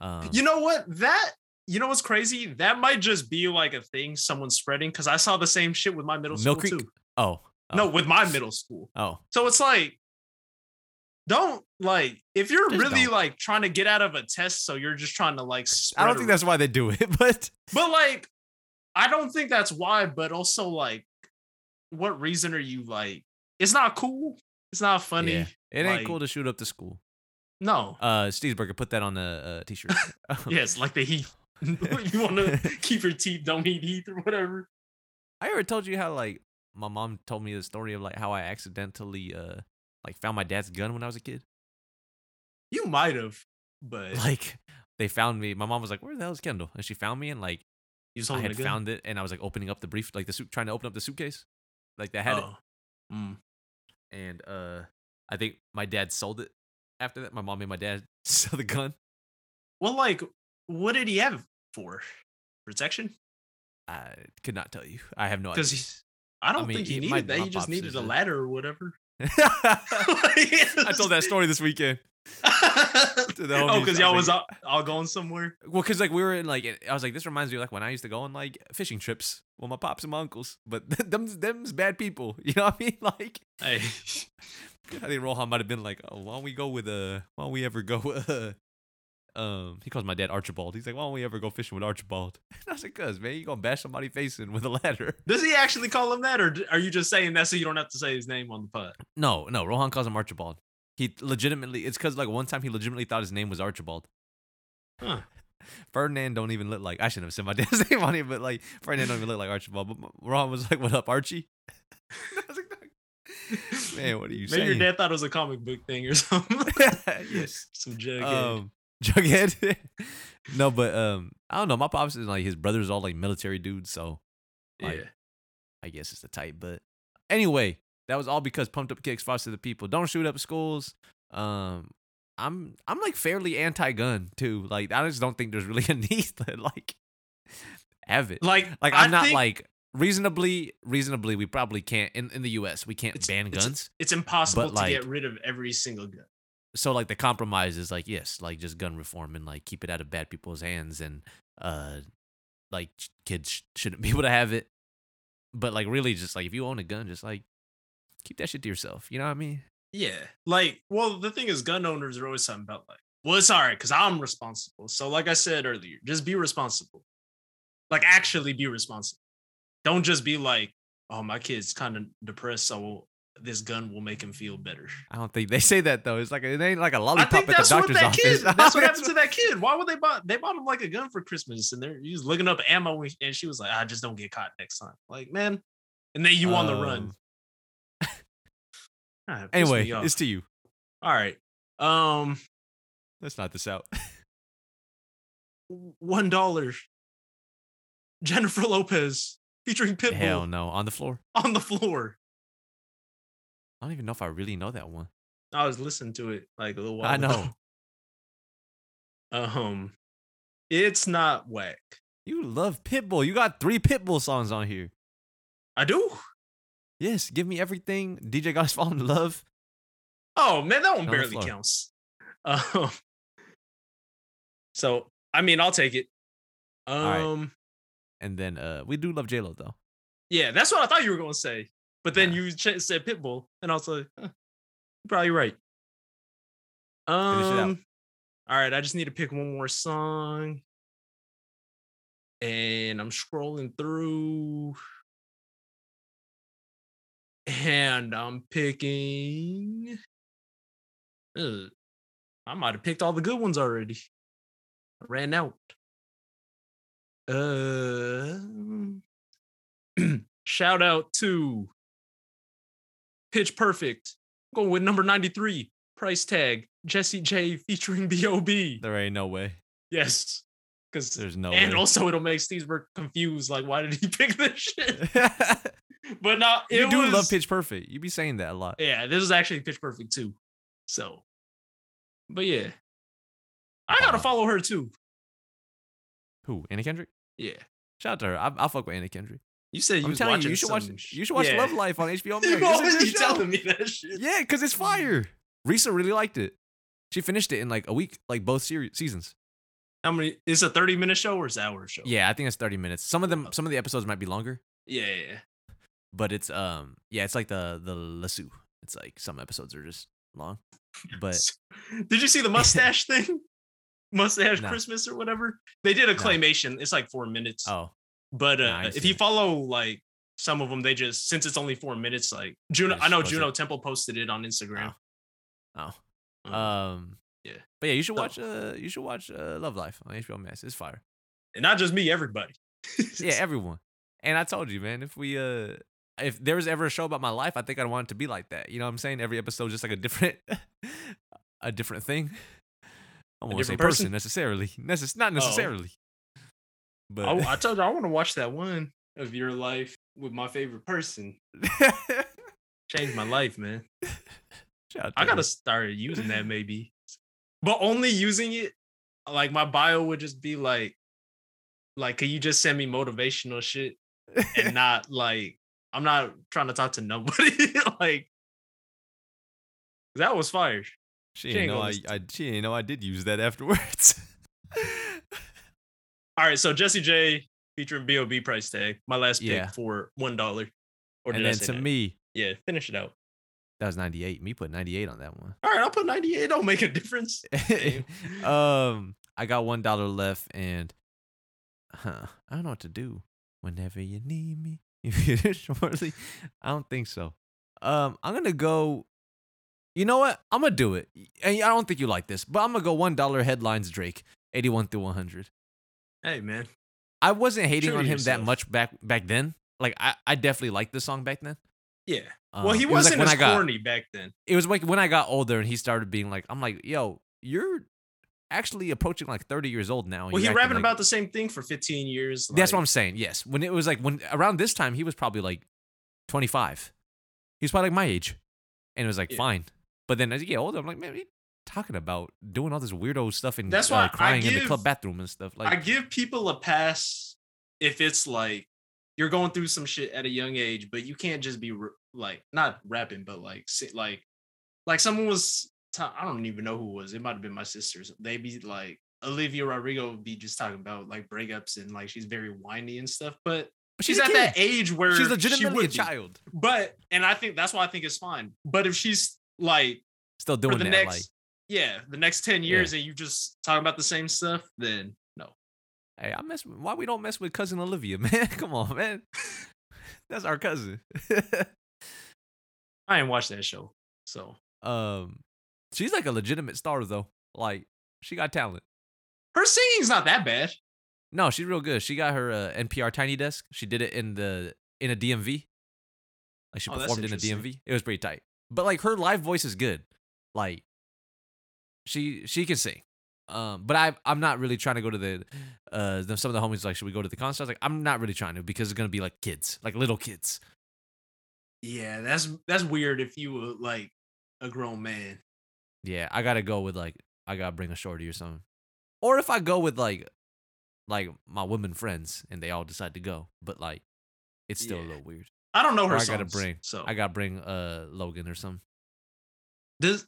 Um,
You know what? That you know what's crazy? That might just be like a thing someone's spreading because I saw the same shit with my middle school
Mill Creek.
too.
Oh, oh,
No, with my middle school.
Oh,
So it's like, don't like if you're
Just
really
don't.
like trying to get out of a test, so you're just trying to like. Spread
I don't think
a-
that's why they do it, but
But like, I don't think that's why. But also like, what reason are you like? It's not cool. It's not funny.
Yeah. it ain't
like-
cool to shoot up the school.
No.
Uh, Steesberger put that on a, a t-shirt. Oh,
Yes, like the heat. you want to keep your teeth, don't eat heath or whatever.
I ever told you how like my mom told me the story of like how I accidentally uh like found my dad's gun when I was a kid.
You might have, but
Like they found me. My mom was like, "Where the hell is Kendall?" And she found me and like
you just
I
holding
had
a gun?
found it and I was like opening up the brief like the suit trying to open up the suitcase like that had
Oh. Mm.
it and uh I think my dad sold it after that. My mom made my dad sell the gun.
Well, like, what did he have for protection?
I could not tell you. I have no idea.
Because I don't
mean,
think he
it- my-
needed that.
my
He just
pops
needed
is
a
a-
ladder or whatever.
I told that story this weekend. to the
oh,
homies,
because
I
y'all
was
was
like-
all, all going somewhere.
Well, cause like we were in like I was like this reminds me of like when I used to go on like fishing trips with my pops and my uncles, but them's them's bad people, you know what I mean? Like
Hey,
I think Rohan might have been like, oh, why don't we go with uh, why don't we ever go uh, um, he calls my dad Archibald. He's like, why don't we ever go fishing with Archibald? And I was like, cause man, you gonna bash somebody face in with a ladder?
does he actually call him that, or d- are you just saying that so you don't have to say his name on the pod?
No, no, Rohan calls him Archibald. He legitimately, it's cause like one time he legitimately thought his name was Archibald.
Huh.
Ferdinand don't even look like I shouldn't have said my dad's name on it, but like Ferdinand don't even look like Archibald. But Ron was like, "What up, Archie?" I was like, Man, what are you
Maybe your
saying?
dad thought it was a comic book thing or something.
yes.
Some jug.
Um, Jughead. no, but um, I don't know. My pops is like his brothers all like military dudes, so like,
yeah.
I guess it's the type. But anyway, that was all because pumped up kicks foster the people. Don't shoot up schools. Um, I'm I'm like fairly anti-gun too. Like I just don't think there's really a need to like have it.
Like,
Like I'm
I
not
think
like reasonably reasonably we probably can't in, in the US we can't ban
it's-
guns.
it's impossible
but,
to
like-
get rid of every single gun.
So like the compromise is like yes, like just gun reform and like keep it out of bad people's hands and uh like ch- kids sh- shouldn't be able to have it. But like really just like if you own a gun just like keep that shit to yourself. You know what I mean?
Yeah. Like, well, the thing is, gun owners are always something about like, well, it's all right because I'm responsible. So, like I said earlier, just be responsible. Like, actually be responsible. Don't just be like, oh, my kid's kind of depressed, so this gun will make him feel better.
I don't think they say that though. It's like it ain't like a
I
lollipop
think
at the
that's what
doctor's
that
office.
kid. That's what happened to that kid. Why would they buy? They bought him like a gun for Christmas, and they're he was looking up ammo, and she was like, "I just don't get caught next time." Like, man, and then you on the run.
Um,
Ah, it pissed
Anyway,
me off.
it's to you.
all right. Um,
Let's knock this out.
one dollar. Jennifer Lopez featuring Pitbull
Hell no, on the floor.
on the floor.
I don't even know if I really know that one.
I was listening to it like a little while.
I
ago.
know.
Um, it's not whack.
You love Pitbull. You got three Pitbull songs on here.
I do.
Yes, give me everything. DJ Got Us Fall in Love.
Oh man, that one
the
barely
floor.
counts. Um, so I mean, I'll take it.
right.
Um,
And then uh we do love J Lo though.
yeah, that's what I thought you were gonna say, but then
Nah.
you ch- said Pitbull, and I was like, huh, you're probably right.
it out.
Um, all right, I just need to pick one more song, and I'm scrolling through, and I'm picking. Ugh. I might have picked all the good ones already. I ran out. Uh, shout out to Pitch Perfect. going with number 93, price tag, Jesse J featuring B.O.B.
There ain't no way.
Yes. Because
There's no
and
way.
also it'll make Steve'sburg confused, like why did he pick this shit? But now
you
it
do
was,
love Pitch Perfect. You be saying that a lot.
Yeah, this is actually Pitch Perfect too. So, but yeah, I gotta
Wow.
follow her too.
Who? Anna Kendrick?
Yeah,
Shout out to her. I, I fuck with Anna Kendrick.
you said you
I'm
was
telling you,
watching
you should watch.
some sh-
You should watch
Yeah.
Love Life on HBO Max.
You
It's a
always
good
be
show.
telling me that shit.
Yeah, because it's fire. Risa really liked it. She finished it in like a week, like both series seasons.
How many? It's a thirty-minute show or it's an hour show?
Yeah, I think it's 30 minutes. Some of them, some of the episodes might be longer,
yeah, yeah, yeah.
but it's um, yeah, it's like the the lasso. It's like some episodes are just long, but
Did you see the mustache thing? Mustache
No.
Christmas or whatever? They did a
No.
claymation. It's like four minutes.
oh,
But
No,
uh,
I ain't
if
seen
you
it.
follow like some of them, they just since it's only four minutes, like Juno.
They
I know
just post
Juno
it.
Temple posted it on Instagram.
oh,
Mm.
um,
Yeah.
but yeah, you should
So-
watch uh, you should watch uh, Love Life on HBO Max. It's fire.
and not just me, everybody.
yeah, everyone. And I told you, man, if we uh if there was ever a show about my life, I think I'd want it to be like that. You know what I'm saying? Every episode just like a different a different thing. I won't say
different
person,
person? Oh.
necessarily. Necess- not necessarily. But
I, I told you I want to watch that one of your life with my favorite person. Changed my life, man.
Shout out
I
to
gotta
her.
start using that maybe, but only using it. Like my bio would just be like, like, can you just send me motivational shit and not like I'm not trying to talk to nobody. like that was fire.
she
she ain't
ain't know
gonna
I,
listen.
I she ain't know I did use that afterwards.
All right, so Jesse J featuring B.O.B. price tag. My last pick
Yeah.
for one dollar. Or did
and
I
then
say
to
that?
me,
yeah, finish it out.
that was 98. Me put 98 on that one.
All right, I'll put 98. Don't make a difference. Damn.
um, I got one dollar left, and huh, I don't know what to do. Whenever you need me, you get it shortly. I don't think so. Um, I'm gonna go. You know what? I'm gonna do it. And I don't think you like this, but I'm gonna go one dollar headlines Drake, eighty one through one hundred.
Hey, man.
I wasn't hating
True to
on him
yourself.
that much back back then. Like I, I definitely liked this song back then.
Yeah.
Um,
well, he
it was, like,
wasn't
when I
as
got-
corny back then.
it was like when I got older and he started being like, I'm like, yo, you're actually approaching like 30 years old now. and
Well, he
you're acting
rapping
like-
about the same thing for 15 years.
That's what
like-
I'm saying. Yes. When it was like when around this time, he was probably like 25. He was probably like my age, and it was like
Yeah.
fine. But then as you get older, I'm like, man, what are you talking about doing all this weirdo stuff and
That's
uh,
why I
crying in the
give-
club bathroom and stuff. Like,
I give people a pass if it's like you're going through some shit at a young age, but you can't just be r- like not rapping, but like si- like like someone was I I don't even know who it was. It might have been my sisters. They be like Olivia Rodrigo would be just talking about like breakups and like she's very whiny and stuff. But
But
she's,
a
at
kid.
that age where
She's
she
legitimately
would
a
be.
child,
But and I think that's why I think it's fine. But if she's like
still
for
doing
the
that.
next
like,
yeah, the next 10 years and you just talking about the same stuff, then no.
Hey, I mess. Why we don't mess with cousin Olivia, man? Come on, man. That's our cousin.
I ain't watched that show. So
um, she's like a legitimate star though. Like she got talent.
her singing's not that bad.
No, she's real good. She got her uh, NPR Tiny Desk. She did it in the in a DMV. Like she
Oh, that's
performed in a
interesting.
DMV. It was pretty tight. But like her live voice is good. Like she she can sing. Um, but I I'm not really trying to go to the uh the, some of the homies like should we go to the concert? I was like I'm not really trying to because it's gonna be like kids, like little kids.
Yeah, that's that's weird if you were like a grown man.
Yeah, I gotta go with like I gotta bring a shorty or something. Or if I go with like like my women friends and they all decide to go, but like it's still a
Yeah. Oh.
little weird.
I don't know her
Or I gotta
songs,
bring-
So
I gotta bring uh Logan or something.
does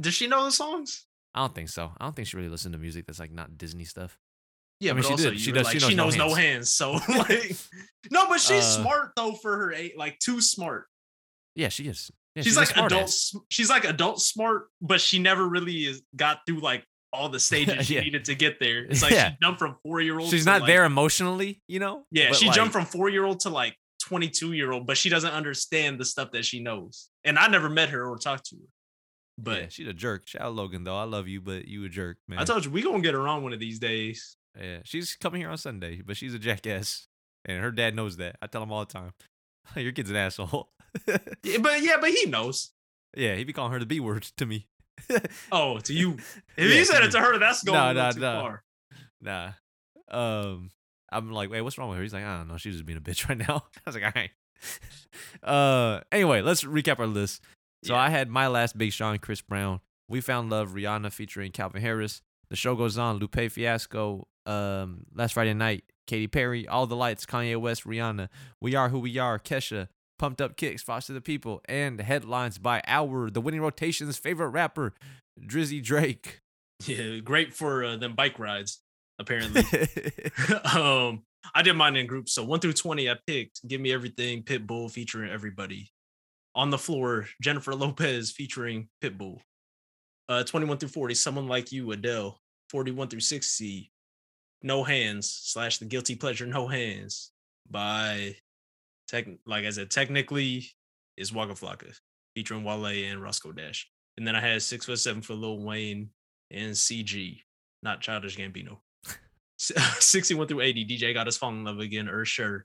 does she know the songs?
I don't think so. I don't think she really listened to music that's like not Disney stuff.
Yeah,
I mean,
but
she
also
did.
you
She
were
does- she
Like, she, knows,
knows no
no hands. so like, no, but she's
Uh,
smart though for her age. Like too smart.
Yeah, she is. Yeah,
she's
a
like
smart
adult.
ass.
sm- She's like adult smart, but she never really is, got through like all the stages
Yeah.
she needed to get there. It's like
Yeah.
she jumped from four year old.
She's not there emotionally, you know.
Yeah,
But,
she
like,
jumped from four year old to like twenty two year old, but she doesn't understand the stuff that she knows. And I never met her or talked to her.
But
But
she's a jerk. Shout out Logan though. I love you, but you a jerk, man.
I told you we gonna get her on one of these days.
yeah, she's coming here on Sunday, but she's a jackass, and her dad knows that. I tell him all the time, your kid's an asshole.
Yeah, but yeah, but he knows.
yeah, he be calling her the B word to me.
Oh, to you. If
Yeah,
you said
to
it to her, that's going
No,
a little
no,
too
no.
far.
Nah. Um, I'm like, wait, what's wrong with her? He's like, I don't know. She's just being a bitch right now. I was like, all right. uh, anyway, let's recap our list. So
Yeah.
I had my last Big Sean, Chris Brown. We found love, Rihanna featuring Calvin Harris. The show goes on. Lupe Fiasco. Um, last Friday night, Katy Perry. All the lights, Kanye West, Rihanna. We are who we are. Kesha. Pumped up kicks, Foster the People, and headlines by our the winning rotation's favorite rapper, Drizzy Drake.
Yeah, great for uh, them bike rides, apparently. um, I did mine in groups. So one through 20, I picked Give Me Everything, Pitbull featuring everybody. On the floor, Jennifer Lopez featuring Pitbull. Uh, 21 through 40, Someone Like You, Adele. 41 through 60, No Hands slash The Guilty Pleasure, No Hands by, tech, like I said, technically is Waka Flocka featuring Wale and Roscoe Dash. And then I had six foot seven for Lil Wayne and CG, not Childish Gambino. 61 through 80, DJ got us falling in love again, Ursher.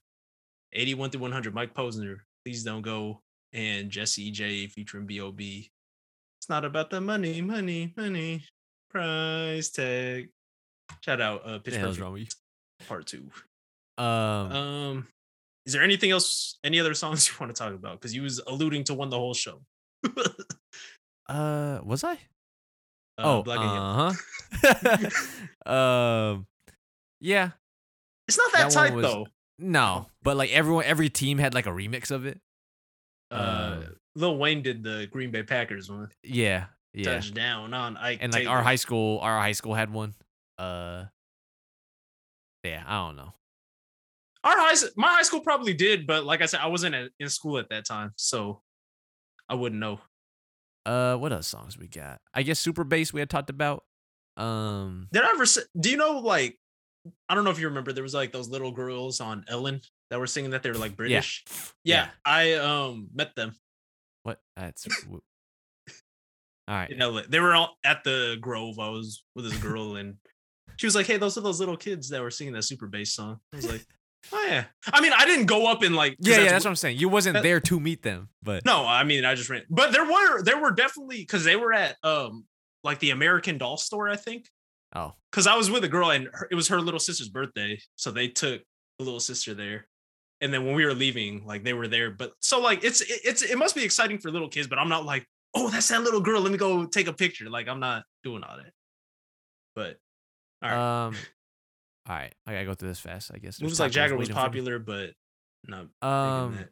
81 through 100, Mike Posner, please don't go. And Jesse E J featuring B.O.B. It's not about the money, money, money. Price tag. Shout out uh, Pitch
the hell's
Perfect
wrong with
Part Two.
you? Um,
Um, is there anything else? Any other songs you want to talk about? Because you was alluding to one the whole show.
Uh, was I? oh,
uh, Black and Yellow.
uh-huh. um, yeah,
it's not that,
that one
tight
was-
though.
no, but like everyone, every team had like a remix of it.
Uh,
um,
Lil Wayne did the Green Bay Packers one.
Yeah, yeah,
Touchdown on Ike.
and like
Taylor.
our high school, our high school had one. Uh, yeah, I don't know.
our high, s- my high school probably did, but like I said, I wasn't at, in school at that time, so I wouldn't know.
Uh, what other songs we got? I guess Super Bass we had talked about. Um,
Did I ever? s- Do you know like? I don't know if you remember. There was like those little girls on Ellen that were singing that they were like British.
Yeah.
yeah. I um met them.
what? That's w- all right.
you know they were all at the grove i was with this girl and she was like hey those are those little kids that were singing that super bass song i was like oh yeah i mean i didn't go up and like 'cause
Yeah, yeah, that's what I'm saying. You wasn't
that-
there to meet them, but
no i mean i just ran but there were there were definitely because they were at um like the american doll store i think
oh,
because i was with a girl and her, it was her little sister's birthday so they took the little sister there and then when we were leaving like they were there but so like it's it- it's it must be exciting for little kids but i'm not like oh that's that little girl let me go take a picture like i'm not doing all that but all right
Um, all right, I gotta go through this fast. I guess There's
moves like
tacos
jagger was
waiting for me.
popular but not big in
Um,
that.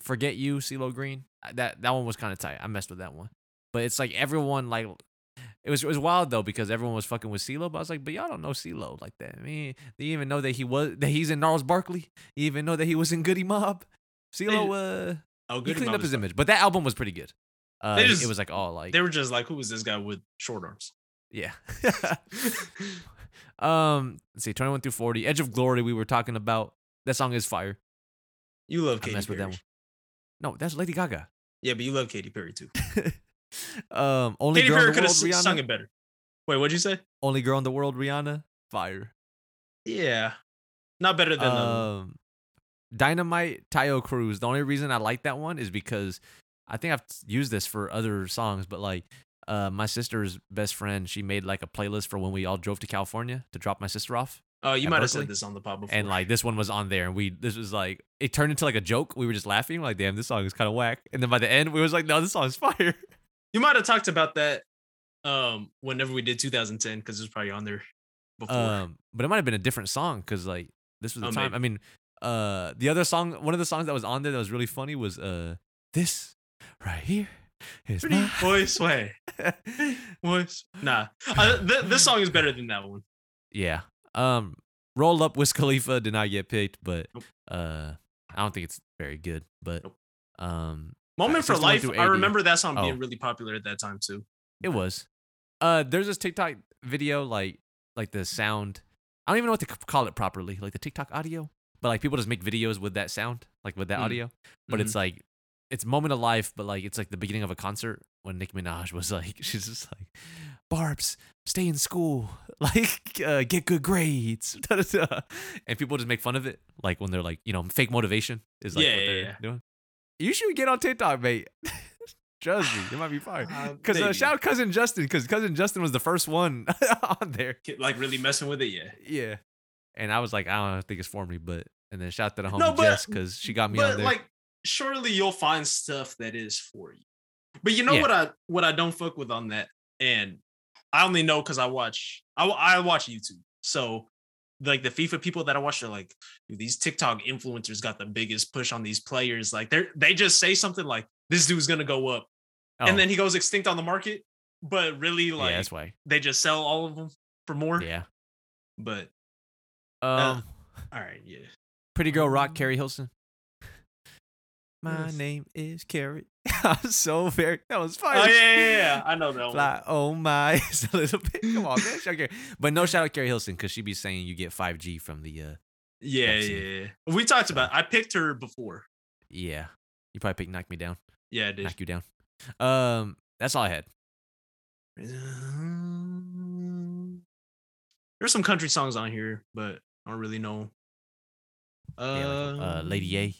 forget you, CeeLo Green. Uh, That that one was kind of tight. I messed with that one, but it's like everyone like it was it was wild though because everyone was fucking with CeeLo. But I was like, but y'all don't know CeeLo like that. I mean, they even know that he was that he's in Gnarls Barkley. You even know that he was in Goody Mob. CeeLo, uh,
oh
he
good
cleaned
Mom
up
is-
his image, but that album was pretty good. Uh,
They just-
it was like all like
they were just like who was this guy with short arms
yeah. um, let's see, twenty one through forty, Edge of Glory. We were talking about that song is fire.
you love
I
Katy
messed with
Perry.
that one. No, that's Lady Gaga.
yeah but you love Katy Perry too
um, only
Katy
girl
Perry
in the
could have
world, Rihanna.
sung it better wait what'd you say
Only girl in the world, Rihanna. Fire.
yeah not better than the
Um, Dynamite, Tayo Cruz. The only reason I like that one is because I think I've used this for other songs, but like. Uh, my sister's best friend, she made like a playlist for when we all drove to California to drop my sister off.
Oh, you
at
might have
Berkeley.
said this on the pod before.
and like this one was on there and we this was like it turned into like a joke we were just laughing like damn this song is kind of whack and then by the end we was like no this song is fire
you might have talked about that um whenever we did 2010 because it was probably on there before.
um but it might have been a different song because like this was the
Oh,
time i mean uh the other song one of the songs that was on there that was really funny was uh this right here is
Pretty
my-
voice way, voice. Nah, uh, th- this song is better than that one.
yeah um roll up with khalifa did not get picked but
Nope.
uh i don't think it's very good but
Nope.
um Alright,
Moment for
61
Life.
through
I
80.
remember that song
Oh.
being really popular at that time too.
It was. Uh, there's this TikTok video, like like the sound. I don't even know what to c- call it properly, like the TikTok audio. But like people just make videos with that sound, like with that
Mm.
audio. But it's like it's moment of life, but like it's like the beginning of a concert when Nicki Minaj was like, she's just like, Barb's, stay in school, like uh, get good grades, da, da, da. and people just make fun of it, like when they're like, you know, fake motivation is like
Yeah,
what
yeah,
they're
yeah.
doing. You should get on TikTok, mate. Trust me, it might be fire.
Uh,
Cause uh,
maybe.
shout out cousin Justin, cause cousin Justin was the first one on there.
Get, like really messing with it, yeah.
Yeah, and I was like, I don't think it's for me, but and then shout out to the homie
No, but-
Jess, cause she got me on
But
there.
like, surely you'll find stuff that is for you. But you know
Yeah.
what I what I don't fuck with on that, and I only know because I watch I I watch YouTube. So like the FIFA people that I watch are like, dude, these TikTok influencers got the biggest push on these players. Like they are they just say something like, this dude's gonna go up,
Oh,
and then he goes extinct on the market. But really, like
yeah, that's why.
they just sell all of them for more.
Yeah.
But
Um,
all right, yeah.
Pretty Girl Rock,
Um,
Carrie Hilson. My
yes.
name is Carrie. I'm so very. That was fire.
Oh yeah, yeah, yeah. I know that one.
Fly, oh my, it's a little bit. Come on, man. Shout Carrie. But no shout out Carrie Hilson because she be saying you get 5G from the. uh
Yeah,
I've seen
yeah, yeah. We talked about. I picked her before.
Yeah, you probably pick knock me down,
Yeah, I did.
knock you down. Um, that's all I had.
Um, There's some country songs on here, but I don't really know. Uh,
Yeah, like, uh, Lady A,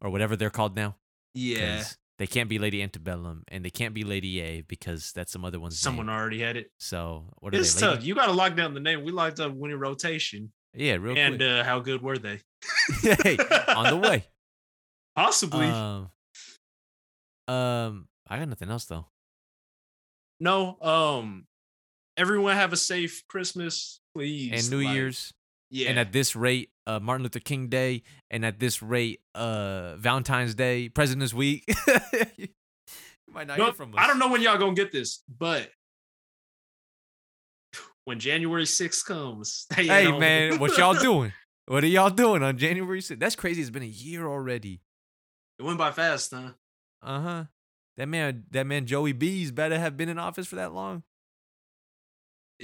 or whatever they're called now.
Yeah,
'cause They can't be Lady Antebellum, and they can't be Lady A because that's some other one's
someone
name.
already had it.
So what are
It's
they? Lady?
tough. You got to lock down the name. We locked up winning rotation,
Yeah, real
and
quick.
uh, how good were they?
hey, on the way.
Possibly.
Um, um, I got nothing else though.
no. Um. Everyone have a safe Christmas, please.
and New
like,
Year's,
Yeah.
and at this rate, uh, Martin Luther King Day, and at this rate, uh, Valentine's Day, President's Week. you might not hear
Nope,
from us.
I don't know when y'all gonna get this, but when January 6th comes, stay at
Hey
home.
man, what y'all doing? What are y'all doing on January 6th? That's crazy. It's been a year already.
It went by fast, huh?
Uh huh. That man, that man Joey B's better have been in office for that long.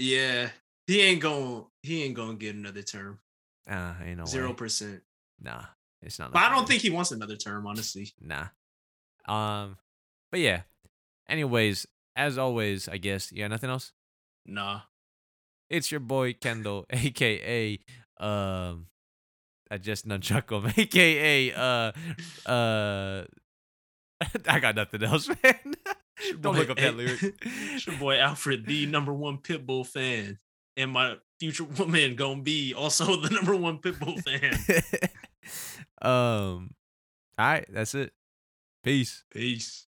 Yeah, he ain't gonna he ain't gonna get another term.
Uh, ain't no way.
Zero percent.
Nah, it's not.
But I
looking
don't
good.
think he wants another term, honestly.
Nah. Um, but yeah. Anyways, as always, I guess yeah. Nothing else.
Nah.
It's your boy Kendall, aka um, I just nunchuck him, aka uh, uh, I got nothing else, man. Don't look up that lyric.
It's your boy Alfred, the number one Pitbull fan, and my future woman gonna be also the number one Pitbull fan.
um, all right, that's it. Peace.
Peace.